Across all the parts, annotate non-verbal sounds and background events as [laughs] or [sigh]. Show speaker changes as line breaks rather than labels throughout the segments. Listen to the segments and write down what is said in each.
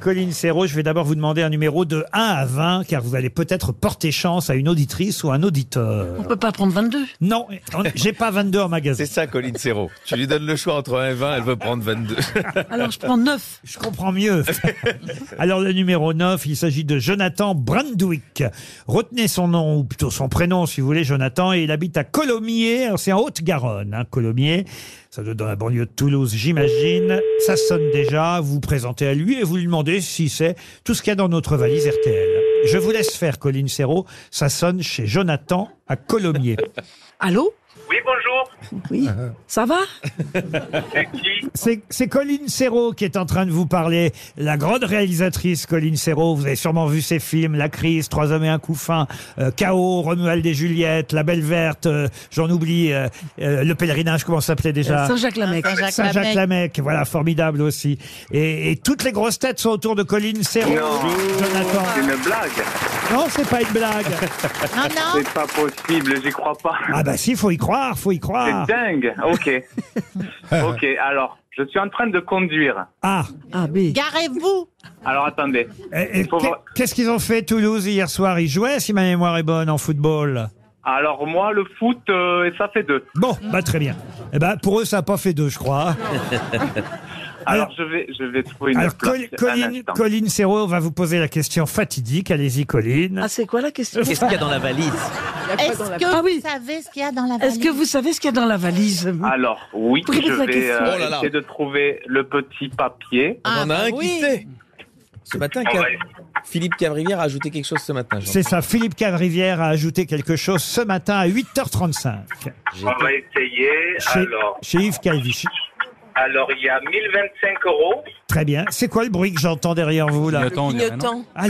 Colline Serrault, je vais d'abord vous demander un numéro de 1 à 20, car vous allez peut-être porter chance à une auditrice ou un auditeur.
On peut pas prendre 22.
Non, on- j'ai pas 22 en magasin.
C'est ça, Colline Serrault. Tu lui donnes le choix entre 1 et 20, elle veut prendre 22.
Alors je prends 9.
Je comprends mieux. Alors le numéro 9, il s'agit de Jonathan Brandwick. Retenez son nom, ou plutôt son prénom si vous voulez, Jonathan, et il habite à Colomiers, Alors, c'est en Haute-Garonne, hein, Colomiers. Ça doit être dans la banlieue de Toulouse, j'imagine. Ça sonne déjà, vous vous présentez à lui et vous lui demandez si c'est tout ce qu'il y a dans notre valise RTL. Je vous laisse faire, Colline Serrault. Ça sonne chez Jonathan à Colomiers.
Allô
Oui, bonjour.
Oui. Ça va
C'est qui
C'est c'est Colline Serrault qui est en train de vous parler, la grande réalisatrice Colline Serrault. Vous avez sûrement vu ses films, La Crise, Trois hommes et un couffin, euh, Chaos, Romuald et Juliette, La Belle Verte, euh, j'en oublie, euh, euh, Le Pèlerinage, comment ça s'appelait
Euh,
déjà
Saint-Jacques-Lamec.
Ah,
Saint-Jacques-Lamec, voilà, formidable aussi. Et, et toutes les grosses têtes sont autour de Colline Serrault.
Non. C'est
Jonathan.
une blague.
Non, c'est pas une blague.
[laughs]
Non, non,
C'est pas possible, j'y crois pas.
Ah bah si, faut y croire, faut y croire.
C'est dingue.
[laughs]
Ok. ok, alors, je suis en train de conduire.
Ah,
Ah, B.
garez-vous.
Alors, attendez.
et- et
Faut
qu'est-
voir.
qu'est-ce qu'ils ont fait Toulouse hier soir Ils jouaient, si ma mémoire est bonne, en football.
Alors, moi, le foot, euh, ça fait deux.
Bon, bah très bien. Eh ben, pour eux, ça n'a pas fait deux, je crois.
Alors,
Alors-
je vais, je vais trouver une
Alors,
place.
Col-
Un
Colline,
instant.
Colline Serrault va vous poser la question fatidique. Allez-y, Colline.
Ah, c'est quoi la question
Qu'est-ce qu'il y a dans la valise
Est-ce que
Ah oui.
vous savez ce qu'il y a dans la valise
Est-ce que vous savez ce qu'il y a dans la valise vous
Alors, oui,
Prise
je
la
vais
question.
euh,
Oh là là.
essayer de trouver le petit papier.
On en a
bah
un
oui.
qui sait. Ce matin,
On
Cap-
va-
Philippe Cabrivière a ajouté quelque chose ce matin. Jean.
C'est ça, Philippe Cavrivière a ajouté quelque chose ce matin à 8h35
On va essayer.
chez,
Alors,
chez Yves Calvici.
alors, il y a 1025 euros.
Très bien. C'est quoi le bruit que j'entends derrière vous, là Ah, le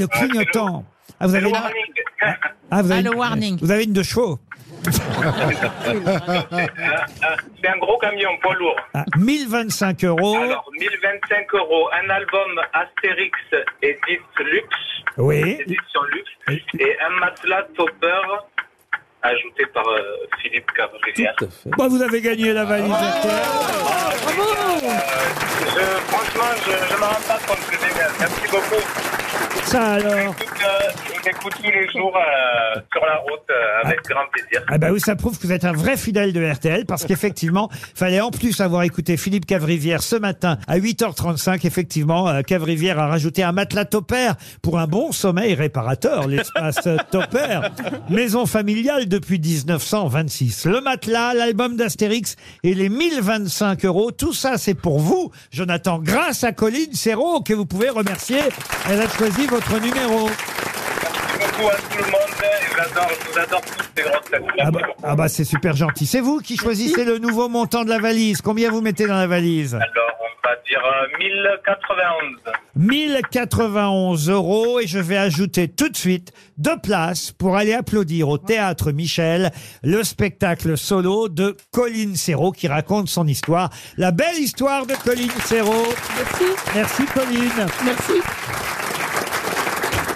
clignotant. Ah, vous avez
Le
une,
warning.
ah, vous
Ah,
avez
le
une-
warning.
vous avez une de chevaux.
C'est un gros camion, poids lourd.
Ah, 1025 euros.
Alors, 1025 euros, un album Astérix Edith Luxe,
Oui.
édition Luxe, et un matelas Topper ajouté par euh, Philippe Cabrilière.
Tout à fait.
Bah, vous avez gagné la valise. RTL.
Je, franchement, je ne me rends pas compte que c'est bien. Merci beaucoup.
Ça, alors.
Écoute, euh, Je vous écoute tous les jours euh, sur la route euh, avec grand plaisir.
Ah bah oui, ça prouve que vous êtes un vrai fidèle de RTL parce qu'effectivement, fallait en plus avoir écouté Philippe Cavrivière ce matin à 8h35. Effectivement, euh, Cavrivière a rajouté un matelas Topper pour un bon sommeil réparateur, l'espace euh, Topper. Maison familiale depuis 1926. Le matelas, l'album d'Astérix et les 1025 euros, tout ça c'est pour vous, Jonathan, grâce à Colline Serrault que vous pouvez remercier. Elle a choisi votre numéro.
Merci beaucoup à tout le monde. J'adore, je vous adore tous ces grosses têtes.
Ah bah, ah bah, c'est super gentil. C'est vous qui choisissez le nouveau montant de la valise. Combien vous mettez dans la valise
Alors, on va dire euh, 1091.
1091 euros et je vais ajouter tout de suite deux places pour aller applaudir au Théâtre Michel le spectacle solo de Colline Serrault qui raconte son histoire. La belle histoire de Colline Serrault. Merci. Merci Colline.